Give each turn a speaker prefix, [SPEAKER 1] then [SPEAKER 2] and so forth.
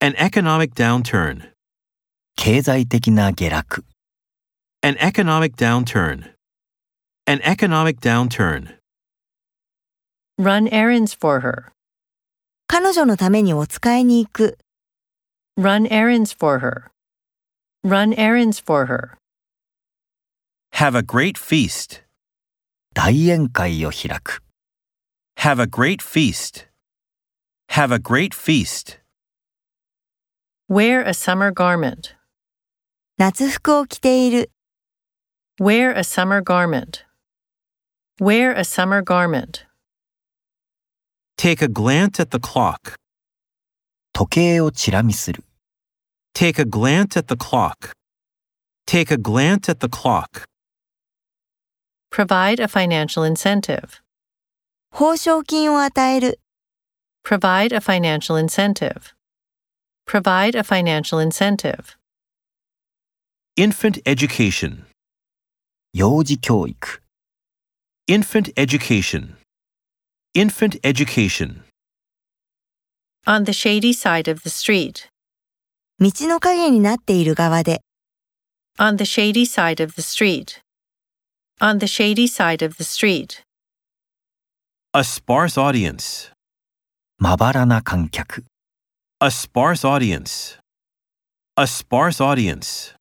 [SPEAKER 1] An economic downturn.
[SPEAKER 2] 経済的な下落、
[SPEAKER 1] An economic downturn. An economic downturn.
[SPEAKER 3] Run errands for her.
[SPEAKER 4] 彼女のためにお使いに行く。
[SPEAKER 3] Run errands for her. Run errands for her.
[SPEAKER 5] Have a great feast.
[SPEAKER 2] 大宴会を開く。
[SPEAKER 5] Have a great feast. Have a great feast.
[SPEAKER 3] Wear a summer garment.
[SPEAKER 4] 夏服を着ている。
[SPEAKER 3] Wear a summer garment. Wear a summer garment.
[SPEAKER 1] Take a glance at the clock.
[SPEAKER 2] 時計をチラ見する。
[SPEAKER 1] Take a glance at the clock. Take a glance at the clock.
[SPEAKER 3] Provide a financial incentive.
[SPEAKER 4] 報奨金を与える。
[SPEAKER 3] Provide a financial incentive. Provide a financial incentive.
[SPEAKER 5] Infant education.
[SPEAKER 2] 幼児教育、
[SPEAKER 5] Infant education. Infant education.
[SPEAKER 3] On the shady side of the street.
[SPEAKER 4] 道の影になっている側で。
[SPEAKER 3] On the shady side of the street. On the shady side of the street.
[SPEAKER 5] A sparse audience.
[SPEAKER 2] まばらな観客。
[SPEAKER 5] A sparse audience. A sparse audience.